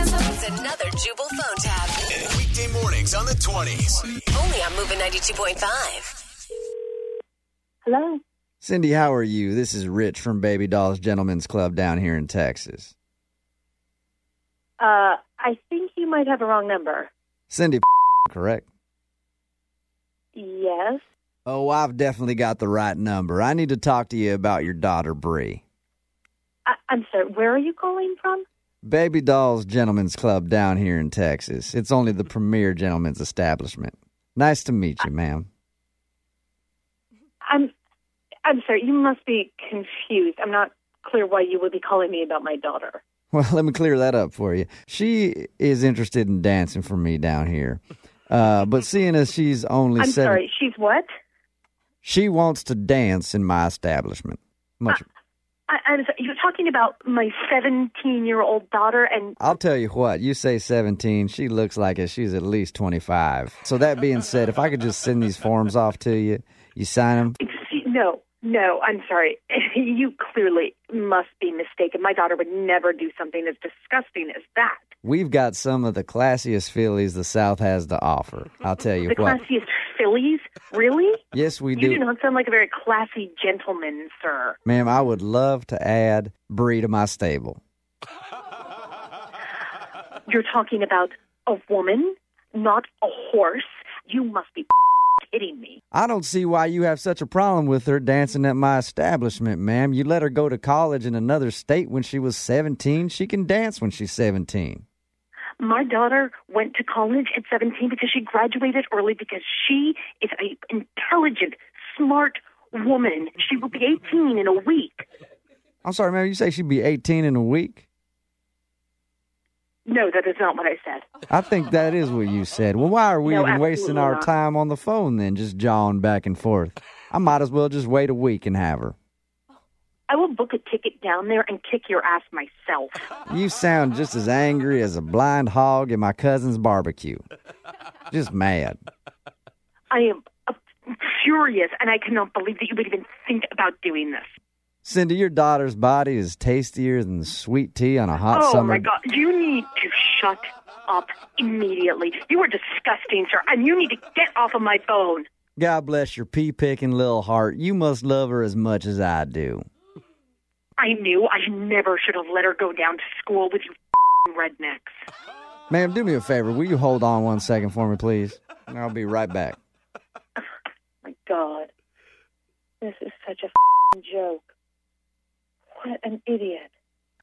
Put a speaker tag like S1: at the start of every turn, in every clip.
S1: another Jubal phone tab.
S2: Weekday mornings on the 20s.
S1: Only on Moving 92.5.
S3: Hello.
S4: Cindy, how are you? This is Rich from Baby Dolls Gentlemen's Club down here in Texas.
S3: Uh, I think you might have a wrong number.
S4: Cindy, correct?
S3: Yes.
S4: Oh, I've definitely got the right number. I need to talk to you about your daughter, Bree.
S3: I- I'm sorry. Where are you calling from?
S4: Baby Dolls Gentlemen's Club down here in Texas. It's only the premier gentlemen's establishment. Nice to meet you, ma'am.
S3: I'm. I'm sorry. You must be confused. I'm not clear why you would be calling me about my daughter.
S4: Well, let me clear that up for you. She is interested in dancing for me down here. Uh, but seeing as she's only
S3: I'm
S4: seven,
S3: sorry. She's what?
S4: she wants to dance in my establishment. Much.
S3: I- I'm sorry. You're talking about my 17 year old daughter, and
S4: I'll tell you what, you say 17, she looks like it. She's at least 25. So, that being said, if I could just send these forms off to you, you sign them.
S3: Excuse- no, no. I'm sorry. you clearly must be mistaken. My daughter would never do something as disgusting as that.
S4: We've got some of the classiest fillies the South has to offer. I'll tell you
S3: The
S4: what.
S3: classiest fillies, really?
S4: Yes, we
S3: You do
S4: do.
S3: not sound like a very classy gentleman, sir.
S4: Ma'am, I would love to add Bree to my stable.
S3: You're talking about a woman, not a horse. You must be kidding me.
S4: I don't see why you have such a problem with her dancing at my establishment, ma'am. You let her go to college in another state when she was 17. She can dance when she's 17.
S3: My daughter went to college at 17 because she graduated early because she is an intelligent, smart woman. She will be 18 in a week.
S4: I'm sorry, ma'am, you say she'd be 18 in a week?
S3: No, that is not what I said.
S4: I think that is what you said. Well, why are we
S3: No,
S4: even wasting
S3: absolutely
S4: our
S3: not.
S4: time on the phone then, just jawing back and forth? I might as well just wait a week and have her.
S3: I will book a ticket down there and kick your ass myself.
S4: You sound just as angry as a blind hog at my cousin's barbecue. Just mad.
S3: I am uh, furious, and I cannot believe that you would even think about doing this.
S4: Cindy, your daughter's body is tastier than sweet tea on a hot
S3: oh
S4: summer.
S3: my god, you need to shut up immediately. You are disgusting, sir, and you need to get off of my phone.
S4: God bless your pea picking little heart. You must love her as much as I do.
S3: I knew I never should have let her go down to school with you fing rednecks.
S4: Ma'am, do me a favor. Will you hold on one second for me, please? And I'll be right back.
S3: My god. This is such a fing joke. What an idiot.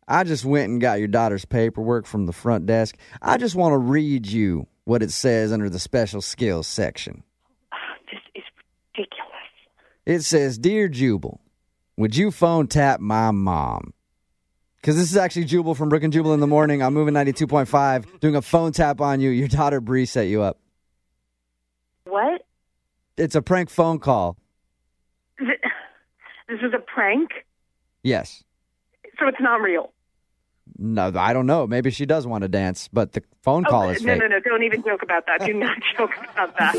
S4: I just went and got your daughter's paperwork from the front desk. I just want to read you what it says under the special skills section.
S3: Ah, This is ridiculous.
S4: It says, Dear Jubal, would you phone tap my mom? Because this is actually Jubal from Brook and Jubal in the Morning. I'm moving 92.5, doing a phone tap on you. Your daughter Bree set you up.
S3: What?
S4: It's a prank phone call.
S3: Th- This is a prank?
S4: Yes.
S3: So it's not real.
S4: No, I don't know. Maybe she does want to dance, but the phone call
S3: oh,
S4: is
S3: no,
S4: fake.
S3: no, no. Don't even joke about that. Do not joke about that.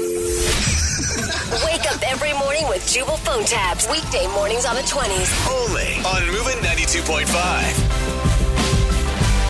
S1: Wake up every morning with Jubal phone tabs. Weekday mornings on the 20s.
S2: Only on Moving 92.5.